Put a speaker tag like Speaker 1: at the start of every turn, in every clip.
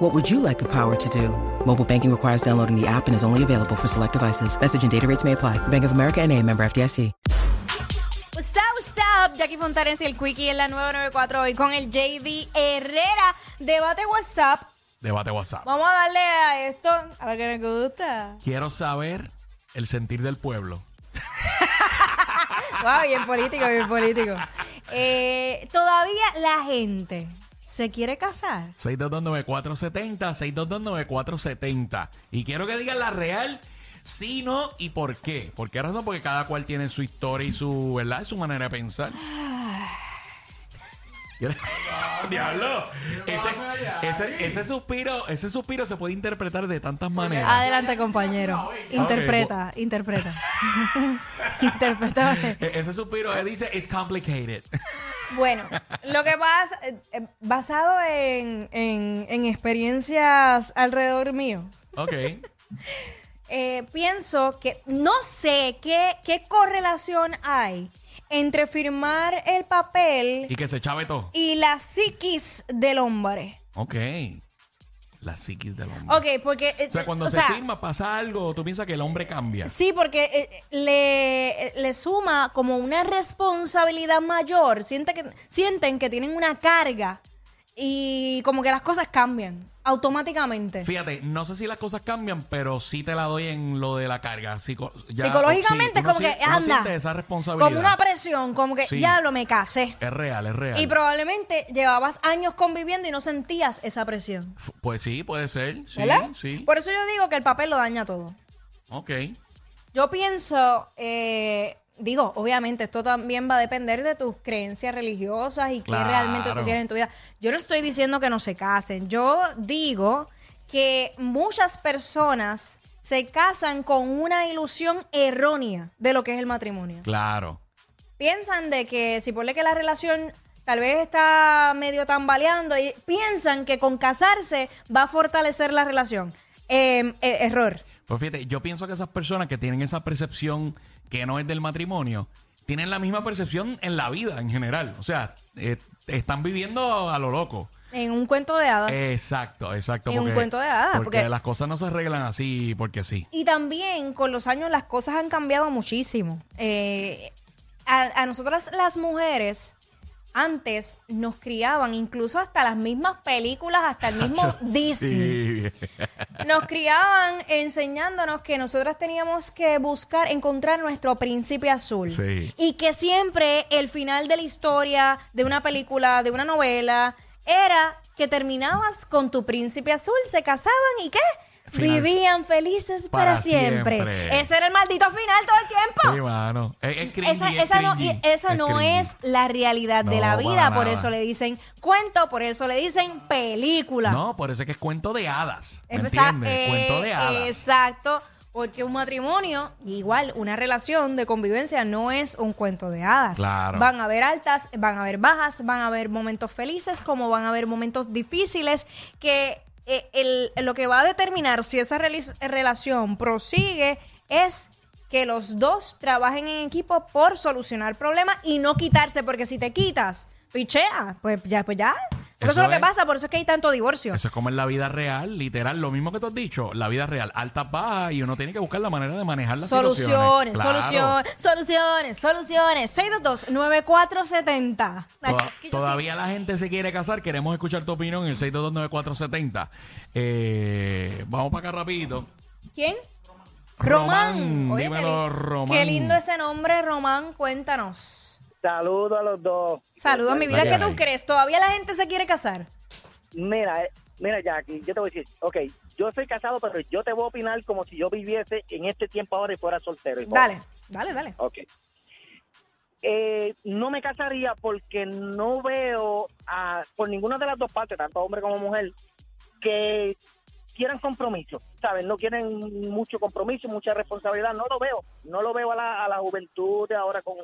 Speaker 1: What would you like the power to do? Mobile banking requires downloading the app and is only available for select devices. Message and data rates may apply. Bank of America and a member FDIC.
Speaker 2: What's up, what's up? Jackie Fontanes y el Quickie en la 994 hoy con el JD Herrera. Debate WhatsApp.
Speaker 3: Debate WhatsApp.
Speaker 2: Vamos a darle a esto, a lo que nos gusta.
Speaker 3: Quiero saber el sentir del pueblo.
Speaker 2: Wow, bien político, bien político. Eh, todavía la gente se quiere casar.
Speaker 3: 6229470, 6229470. Y quiero que digan la real, si no y por qué. ¿Por qué razón? Porque cada cual tiene su historia y su, ¿verdad? Su manera de pensar. Diablo. Ese, ese, ese suspiro, ese suspiro se puede interpretar de tantas maneras.
Speaker 2: Adelante, compañero. Interpreta, interpreta. interpreta.
Speaker 3: E- Ese suspiro eh, dice, it's complicated.
Speaker 2: Bueno, lo que pasa, eh, eh, basado en, en- en experiencias alrededor mío,
Speaker 3: Ok.
Speaker 2: eh, pienso que no sé qué, qué correlación hay entre firmar el papel
Speaker 3: Y que se chave todo.
Speaker 2: y la psiquis del hombre.
Speaker 3: Ok. La psiquis del hombre.
Speaker 2: Ok, porque... eh,
Speaker 3: O sea, cuando
Speaker 2: o
Speaker 3: se
Speaker 2: sea,
Speaker 3: firma, pasa algo, tú piensas que el hombre cambia.
Speaker 2: Sí, porque eh, eh, le, le suma como una responsabilidad mayor. Siente que, sienten que tienen una carga y como que las cosas cambian automáticamente.
Speaker 3: Fíjate, no sé si las cosas cambian, pero sí te la doy en lo de la carga. Psico- ya-
Speaker 2: Psicológicamente
Speaker 3: sí,
Speaker 2: es
Speaker 3: uno
Speaker 2: como
Speaker 3: sí-
Speaker 2: que
Speaker 3: uno
Speaker 2: anda.
Speaker 3: siente esa responsabilidad.
Speaker 2: Como una presión, como que
Speaker 3: Sí.
Speaker 2: diablo, me casé.
Speaker 3: es real, es real.
Speaker 2: Y probablemente llevabas años conviviendo y no sentías esa presión.
Speaker 3: F- pues sí, puede ser. Sí,
Speaker 2: ¿Verdad?
Speaker 3: sí.
Speaker 2: Por eso yo digo que el papel lo daña todo.
Speaker 3: Ok.
Speaker 2: Yo pienso, eh, digo, obviamente esto también va a depender de tus creencias religiosas y
Speaker 3: Claro.
Speaker 2: qué realmente tú quieres en tu vida. Yo no estoy diciendo que no se casen, yo digo que muchas personas se casan con una ilusión errónea de lo que es el matrimonio.
Speaker 3: Claro.
Speaker 2: Piensan de que si ponle que la relación tal vez está medio tambaleando y piensan que con casarse va a fortalecer la relación. Eh, eh, error.
Speaker 3: Pues fíjate, yo pienso que esas personas que tienen esa percepción que no es del matrimonio, tienen la misma percepción en la vida en general. O sea, eh, están viviendo a lo loco.
Speaker 2: En un cuento de hadas.
Speaker 3: Eh. Exacto, exacto.
Speaker 2: Es un
Speaker 3: porque-
Speaker 2: cuento de hadas,
Speaker 3: Porque,
Speaker 2: porque-
Speaker 3: las cosas no se arreglan así porque sí.
Speaker 2: Y también con los años las cosas han cambiado muchísimo. Eh, a, a nosotras las mujeres antes nos criaban, incluso hasta las mismas películas, hasta el mismo Disney.
Speaker 3: Sí.
Speaker 2: Nos criaban enseñándonos que nosotras teníamos que buscar, encontrar nuestro príncipe azul.
Speaker 3: Sí.
Speaker 2: Y que siempre el final de la historia, de una película, de una novela, era que terminabas con tu príncipe azul, se casaban y qué?
Speaker 3: Final.
Speaker 2: Vivían felices para,
Speaker 3: Para
Speaker 2: siempre.
Speaker 3: siempre.
Speaker 2: Ese era el maldito final todo el tiempo.
Speaker 3: Sí, mano. Es, es cringy,
Speaker 2: Esa,
Speaker 3: es
Speaker 2: esa no,
Speaker 3: cringy,
Speaker 2: y esa no
Speaker 3: cringy.
Speaker 2: es la realidad de
Speaker 3: No,
Speaker 2: la
Speaker 3: para
Speaker 2: vida, por
Speaker 3: nada.
Speaker 2: eso le dicen cuento, por eso le dicen película.
Speaker 3: No, por eso es que es cuento de hadas. ¿Me
Speaker 2: Esa-
Speaker 3: entiendes?
Speaker 2: eh,
Speaker 3: cuento de hadas.
Speaker 2: Exacto, porque un matrimonio, igual una relación de convivencia, no es un cuento de hadas.
Speaker 3: Claro.
Speaker 2: Van a haber altas, van a haber bajas, van a haber momentos felices, como van a haber momentos difíciles, que eh, el- lo que va a determinar si esa relis- relación prosigue es que los dos trabajen en equipo por solucionar problemas y no quitarse, porque si te quitas, pichea, pues ya, pues ya. Porque eso
Speaker 3: Eso
Speaker 2: es lo que
Speaker 3: es.
Speaker 2: pasa, por eso es que hay tanto divorcio.
Speaker 3: Eso es como en la vida real, literal, lo mismo que tú has dicho, la vida real, altas, bajas, y uno tiene que buscar la manera de manejar las
Speaker 2: Soluciones,
Speaker 3: situaciones. Claro.
Speaker 2: soluciones, soluciones, soluciones. 622-9470. Ay,
Speaker 3: Toda-
Speaker 2: es que yo
Speaker 3: todavía la gente se quiere casar, queremos escuchar tu opinión en el 6229470. Eh, vamos para acá rapidito.
Speaker 2: sí- ¿Quién?
Speaker 3: Román,
Speaker 2: Román. Oye, qué
Speaker 3: dímelo,
Speaker 2: li-
Speaker 3: Román.
Speaker 2: Qué lindo ese nombre, Román. Cuéntanos.
Speaker 4: Saludos a los dos.
Speaker 2: Saludos, mi vida.
Speaker 3: La que
Speaker 2: ¿Qué tú
Speaker 3: hay.
Speaker 2: crees? ¿Todavía la gente se quiere casar?
Speaker 4: Mira, eh, mira, Jackie, yo te voy a decir, ok, yo soy casado, pero yo te voy a opinar como si yo viviese en este tiempo ahora y fuera soltero. y joven.
Speaker 2: Dale, dale, dale.
Speaker 4: Ok. Eh, no me casaría porque no veo a, por ninguna de las dos partes, tanto hombre como mujer, que quisieran compromiso, ¿sabes? No quieren mucho compromiso, mucha responsabilidad, no lo veo, no lo veo a la, a la juventud de ahora con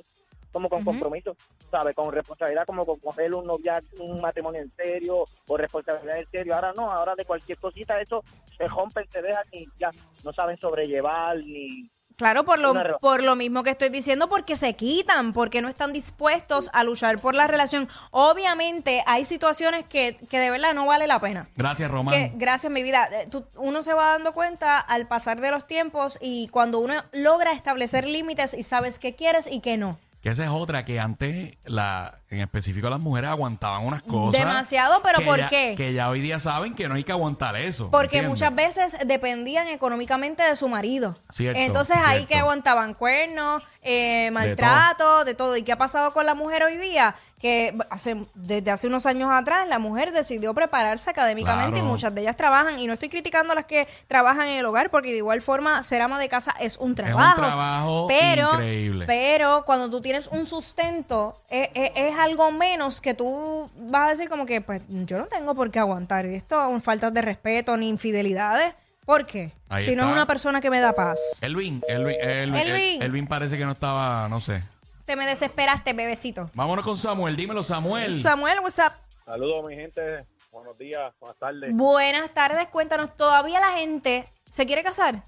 Speaker 4: como con compromiso, ¿sabes? Con responsabilidad, como con coger un novia, un matrimonio en serio, o responsabilidad en serio. Ahora no, ahora de cualquier cosita, eso se rompen, se dejan y ya no saben sobrellevar ni,
Speaker 2: Claro, por lo,
Speaker 4: Una ro-
Speaker 2: por lo mismo que estoy diciendo, porque se quitan, porque no están dispuestos a luchar por la relación. Obviamente hay situaciones que, que de verdad no vale la pena.
Speaker 3: Gracias, Román.
Speaker 2: Que, gracias, mi vida. Eh, tú- uno se va dando cuenta al pasar de los tiempos y cuando uno logra establecer límites y sabes qué quieres y qué no.
Speaker 3: Que esa es otra que antes, la, en específico las mujeres aguantaban unas cosas.
Speaker 2: Demasiado, pero
Speaker 3: que
Speaker 2: ¿por
Speaker 3: ya-
Speaker 2: qué?
Speaker 3: Que ya hoy día saben que no hay que aguantar eso.
Speaker 2: Porque
Speaker 3: ¿entiendes?
Speaker 2: muchas veces dependían económicamente de su marido.
Speaker 3: Cierto,
Speaker 2: Entonces ahí
Speaker 3: cierto.
Speaker 2: que aguantaban cuernos, eh, maltrato, de todo. ¿Y qué ha pasado con la mujer hoy día? Que hace, desde hace unos años atrás la mujer decidió prepararse académicamente
Speaker 3: Claro.
Speaker 2: y muchas de ellas trabajan. Y no estoy criticando a las que trabajan en el hogar porque de igual forma ser ama de casa es un trabajo.
Speaker 3: trabajo
Speaker 2: pero,
Speaker 3: increíble.
Speaker 2: Pero cuando tú tienes un sustento eh, eh, es, algo menos que tú vas a decir como que pues yo no tengo por qué aguantar esto, aún faltas de respeto ni infidelidades. ¿Por qué?
Speaker 3: Ahí
Speaker 2: si no
Speaker 3: está.
Speaker 2: es una persona que me da paz.
Speaker 3: Elvin, Elvin, Elvin,
Speaker 2: Elvin.
Speaker 3: Elvin parece que no estaba, no sé.
Speaker 2: Te me desesperaste, bebecito.
Speaker 3: Vámonos con Samuel, dímelo, Samuel.
Speaker 2: Samuel, what's up?
Speaker 5: Saludos, mi gente. Buenos días, buenas tardes.
Speaker 2: Buenas tardes, cuéntanos, ¿todavía la gente se quiere casar?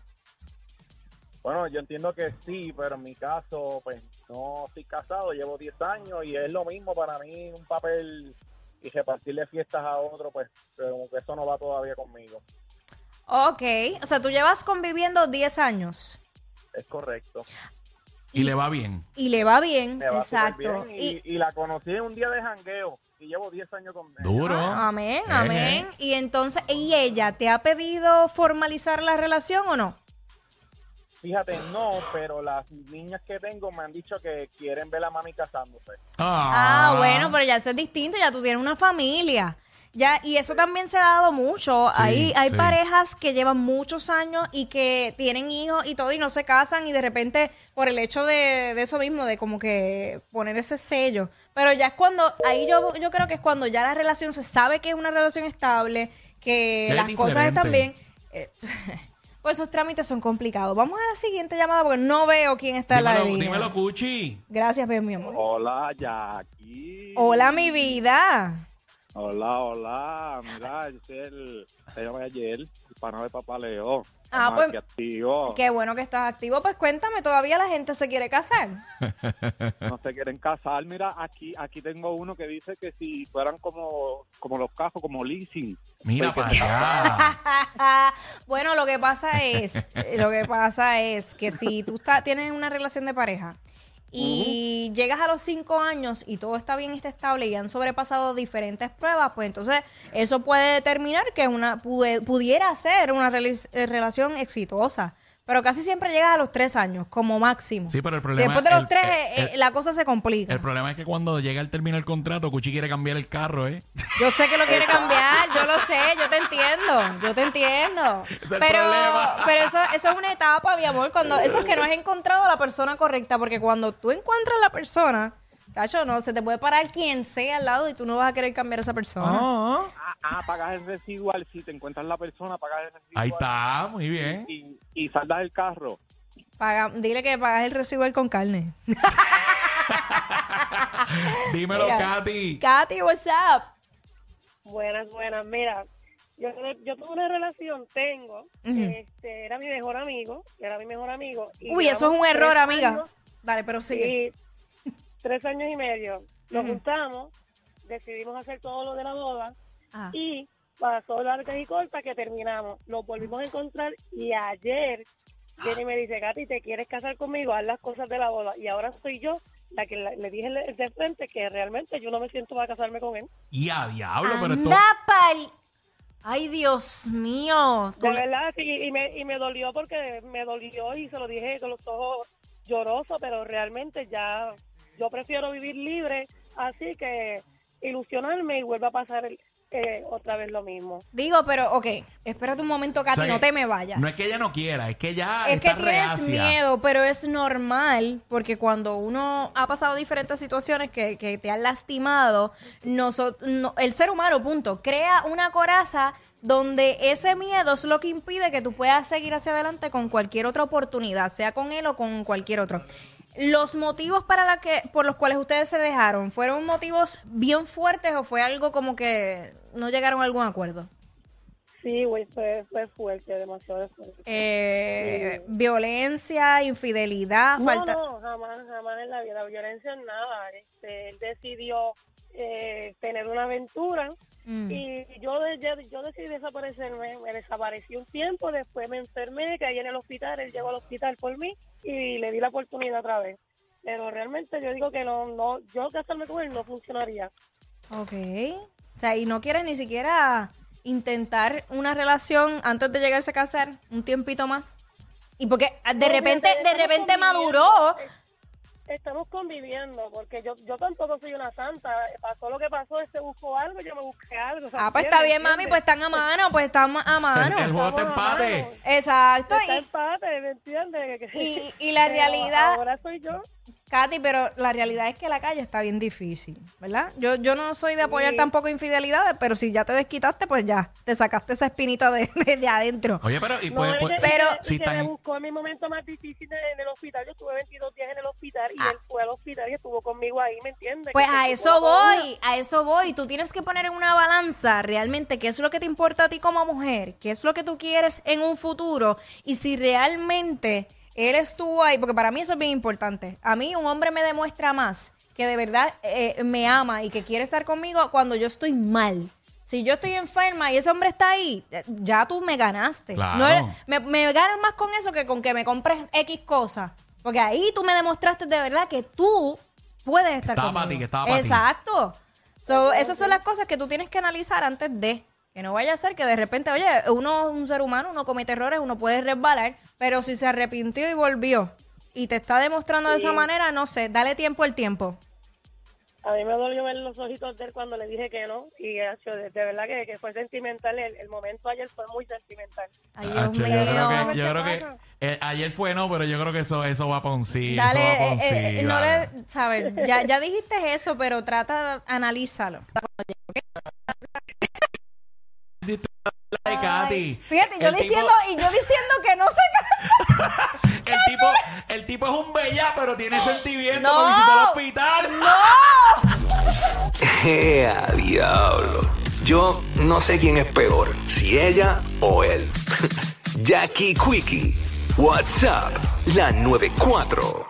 Speaker 5: Bueno, yo entiendo que sí, pero en mi caso, pues no estoy casado, llevo 10 años y es lo mismo para mí un papel y repartirle fiestas a otro, pues pero como que eso no va todavía conmigo.
Speaker 2: Ok, o sea, tú llevas conviviendo 10 años
Speaker 5: Es correcto.
Speaker 3: Y le va bien.
Speaker 2: y le va bien,
Speaker 5: Me va
Speaker 2: exacto.
Speaker 5: súper bien y, y la conocí en un día de jangueo y llevo 10 años con ella.
Speaker 3: Duro.
Speaker 2: Ah, amén,
Speaker 3: Eh.
Speaker 2: amén. Y entonces, ¿y ella te ha pedido formalizar la relación o no?
Speaker 5: Fíjate, no, pero las niñas que tengo me han dicho que quieren ver a mami casándose.
Speaker 2: Ah, bueno, pero ya eso es distinto, ya tú tienes una familia. Ya, y eso también se ha dado mucho.
Speaker 3: Sí,
Speaker 2: hay hay
Speaker 3: sí.
Speaker 2: parejas que llevan muchos años y que tienen hijos y todo y no se casan y de repente por el hecho de, de eso mismo, de como que poner ese sello. Pero ya es cuando, ahí yo, yo creo que es cuando ya la relación se sabe que es una relación estable, que
Speaker 3: Ya es
Speaker 2: las cosas
Speaker 3: diferente.
Speaker 2: están bien. Eh, pues esos trámites son complicados. Vamos a la siguiente llamada porque no veo quién está en la
Speaker 3: dímelo,
Speaker 2: línea.
Speaker 3: dímelo, Cuchi.
Speaker 2: Gracias, Ben, mi amor.
Speaker 5: Hola, Jackie.
Speaker 2: Hola, mi vida.
Speaker 5: Hola, hola. Mira, yo soy el. Te llamé ayer, el pana de papá Leo.
Speaker 2: Ah,
Speaker 5: Más
Speaker 2: pues-
Speaker 5: que activo.
Speaker 2: Qué bueno que estás activo. Pues cuéntame, ¿todavía la gente se quiere casar?
Speaker 5: No se quieren casar. Mira, aquí aquí tengo uno que dice que si fueran como, como los cajos, como leasing.
Speaker 3: Mira para
Speaker 5: Porque-
Speaker 3: allá.
Speaker 2: Ah, bueno, lo que pasa es, eh, lo que pasa es que si tú estás- tienes una relación de pareja y llegas a los cinco años y todo está bien y está estable y han sobrepasado diferentes pruebas, pues entonces eso puede determinar que es una pude- pudiera ser una reli- eh, relación exitosa. Pero casi siempre llegas a los tres años, como máximo.
Speaker 3: Sí, pero el
Speaker 2: Si
Speaker 3: problema-
Speaker 2: después de los
Speaker 3: el-
Speaker 2: tres,
Speaker 3: el-
Speaker 2: eh, eh, la cosa se complica.
Speaker 3: El problema es que cuando llega el término del contrato, Cuchi quiere cambiar el carro, ¿eh?
Speaker 2: Yo sé que lo quiere cambiar, yo lo sé, yo te entiendo, yo te entiendo.
Speaker 3: Es el
Speaker 2: pero
Speaker 3: problema.
Speaker 2: pero eso, eso es una etapa, mi amor, cuando eso es que no has encontrado a la persona correcta, porque cuando tú encuentras a la persona, cacho, no, se te puede parar quien sea al lado y tú no vas a querer cambiar a esa persona.
Speaker 5: Ah, ah, pagas el residual. Si te encuentras la persona, pagas el residual.
Speaker 3: Ahí está, muy bien.
Speaker 5: Y, y saldas el carro.
Speaker 2: Paga- dile que pagas el residual con carne.
Speaker 3: Dímelo,
Speaker 2: Mira.
Speaker 3: Katy.
Speaker 2: Katy, what's up?
Speaker 6: Buenas, buenas. Mira, yo, yo tuve una relación, tengo, este, era mi mejor amigo, era mi mejor amigo. y
Speaker 2: Mm. Uy, eso es
Speaker 6: llevamos
Speaker 2: un error,
Speaker 6: tres
Speaker 2: amiga.
Speaker 6: años
Speaker 2: Dale, pero sigue.
Speaker 6: y tres años y medio. Nos
Speaker 2: Mm-hmm.
Speaker 6: juntamos, decidimos hacer todo lo de la boda
Speaker 2: Ah.
Speaker 6: y pasó largas y cortas que terminamos. Nos volvimos a encontrar y ayer Jenny me dice, Gati, ¿te quieres casar conmigo? Haz las cosas de la boda. Y ahora soy yo la que la- le dije de frente que realmente yo no me siento para casarme con él.
Speaker 3: Y a diablo, pero esto.
Speaker 2: Anda pa'l- Ay, Dios mío. Tú
Speaker 6: De
Speaker 2: le-
Speaker 6: verdad, sí, y me, y me dolió porque me dolió y se lo dije con los ojos llorosos, pero realmente ya yo prefiero vivir libre, así que ilusionarme y vuelva a pasar el- eh, otra vez lo mismo.
Speaker 2: Digo, pero, ok, espérate un momento,
Speaker 3: O
Speaker 2: Katy,
Speaker 3: sea
Speaker 2: no
Speaker 3: que-
Speaker 2: te me vayas.
Speaker 3: No es que ella no quiera, es que ya
Speaker 2: Es que
Speaker 3: está
Speaker 2: tienes
Speaker 3: reacia.
Speaker 2: miedo, pero es normal, porque cuando uno ha pasado diferentes situaciones que, que te han lastimado, noso- no- el ser humano, punto, crea una coraza donde ese miedo es lo que impide que tú puedas seguir hacia adelante con cualquier otra oportunidad, sea con él o con cualquier otro. ¿Los motivos para la que, por los cuales ustedes se dejaron fueron motivos bien fuertes o fue algo como que no llegaron a algún acuerdo?
Speaker 6: Sí, güey, fue, fue fuerte, demasiado fuerte.
Speaker 2: Eh, Violencia, infidelidad,
Speaker 6: no,
Speaker 2: falta...
Speaker 6: no, jamás, jamás en la vida, la violencia en nada. Este, él decidió eh, tener una aventura
Speaker 2: Mm.
Speaker 6: y yo, de- yo, yo decidí desaparecerme. Me desaparecí un tiempo, después me enfermé, caí en el hospital, él llegó al hospital por mí y le di la oportunidad otra vez. Pero realmente yo digo que no, no, yo casarme con él no funcionaría.
Speaker 2: Ok. O sea, y no quieres ni siquiera intentar una relación antes de llegarse a casar un tiempito más. Y porque ah, de
Speaker 6: No,
Speaker 2: repente,
Speaker 6: fíjate,
Speaker 2: de
Speaker 6: estamos
Speaker 2: repente
Speaker 6: conviviendo.
Speaker 2: maduró.
Speaker 6: Estamos conviviendo, porque yo, yo tampoco soy una santa. Pasó lo que pasó, él se buscó algo, yo me busqué algo. o sea,
Speaker 2: Ah, pues está bien,
Speaker 6: ¿entiendes?
Speaker 2: mami, pues están a mano, pues están a
Speaker 3: El, el
Speaker 2: mano.
Speaker 3: juego está
Speaker 6: Estamos a
Speaker 3: empate.
Speaker 6: mano.
Speaker 2: Exacto.
Speaker 6: Está
Speaker 2: Y-
Speaker 6: empate, ¿me entiendes?
Speaker 2: Y- y la
Speaker 6: Pero
Speaker 2: realidad-
Speaker 6: Ahora soy yo.
Speaker 2: Katy, pero la realidad es que la calle está bien difícil, ¿verdad? Yo, yo no soy de apoyar tampoco infidelidades, pero si ya te desquitaste, pues ya, te sacaste esa espinita de, de- de adentro.
Speaker 3: Oye, pero y
Speaker 6: No,
Speaker 3: pues,
Speaker 6: él
Speaker 3: pues-
Speaker 6: se-
Speaker 2: Pero-
Speaker 6: él
Speaker 3: si
Speaker 6: se
Speaker 3: tan-
Speaker 6: me buscó en mi momento más difícil en, en el hospital. Yo estuve 22 días en el hospital y él fue al hospital y estuvo conmigo ahí, ¿me entiendes?
Speaker 2: Ah. Pues
Speaker 6: Que
Speaker 2: a
Speaker 6: se
Speaker 2: eso
Speaker 6: tuvo una-
Speaker 2: voy, a eso voy. Tú tienes que poner en una balanza realmente qué es lo que te importa a ti como mujer, qué es lo que tú quieres en un futuro y si realmente él estuvo ahí, porque para mí eso es bien importante. A mí un hombre me demuestra más que de verdad eh, me ama y que quiere estar conmigo cuando yo estoy mal. Si yo estoy enferma y ese hombre está ahí, eh, ya tú me ganaste.
Speaker 3: Claro.
Speaker 2: No, me, me ganas más con eso que con que me compres X cosa. Porque ahí tú me demostraste de verdad que tú puedes estar
Speaker 3: estaba
Speaker 2: conmigo.
Speaker 3: pa' ti, que estaba pa' ti.
Speaker 2: Exacto. So, esas son las cosas que tú tienes que analizar antes de. Que no vaya a ser que de repente, oye, uno es un ser humano, uno comete errores, uno puede resbalar, pero si se arrepintió y volvió y te está demostrando de esa manera, no sé, dale tiempo al tiempo.
Speaker 6: A mí me dolió ver los ojitos de él cuando le dije que no. Y hecho, de, de verdad que, que fue sentimental. El, el momento ayer fue muy sentimental.
Speaker 2: Ay,
Speaker 3: Ah,
Speaker 2: Dios
Speaker 3: che, yo creo
Speaker 2: mío.
Speaker 3: que, yo creo que,
Speaker 6: pasa?
Speaker 3: eh, ayer fue no, pero yo creo que eso, eso va a poncir.
Speaker 2: Dale,
Speaker 3: eso va a
Speaker 2: eh,
Speaker 3: poncir,
Speaker 2: eh, no
Speaker 3: dale.
Speaker 2: le, sabes, ya, ya dijiste eso, pero trata, analízalo.
Speaker 3: Ay, Katy.
Speaker 2: Fíjate, yo
Speaker 3: El tipo-
Speaker 2: diciendo, y yo diciendo que no se casa.
Speaker 3: El tipo, el tipo es un bella, pero tiene sentimiento.
Speaker 2: No.
Speaker 3: Lo visitó al hospital.
Speaker 7: ¡Ea, diablo! Yo no sé quién es peor, si ella o él. Jackie Quickie, WhatsApp, la 94.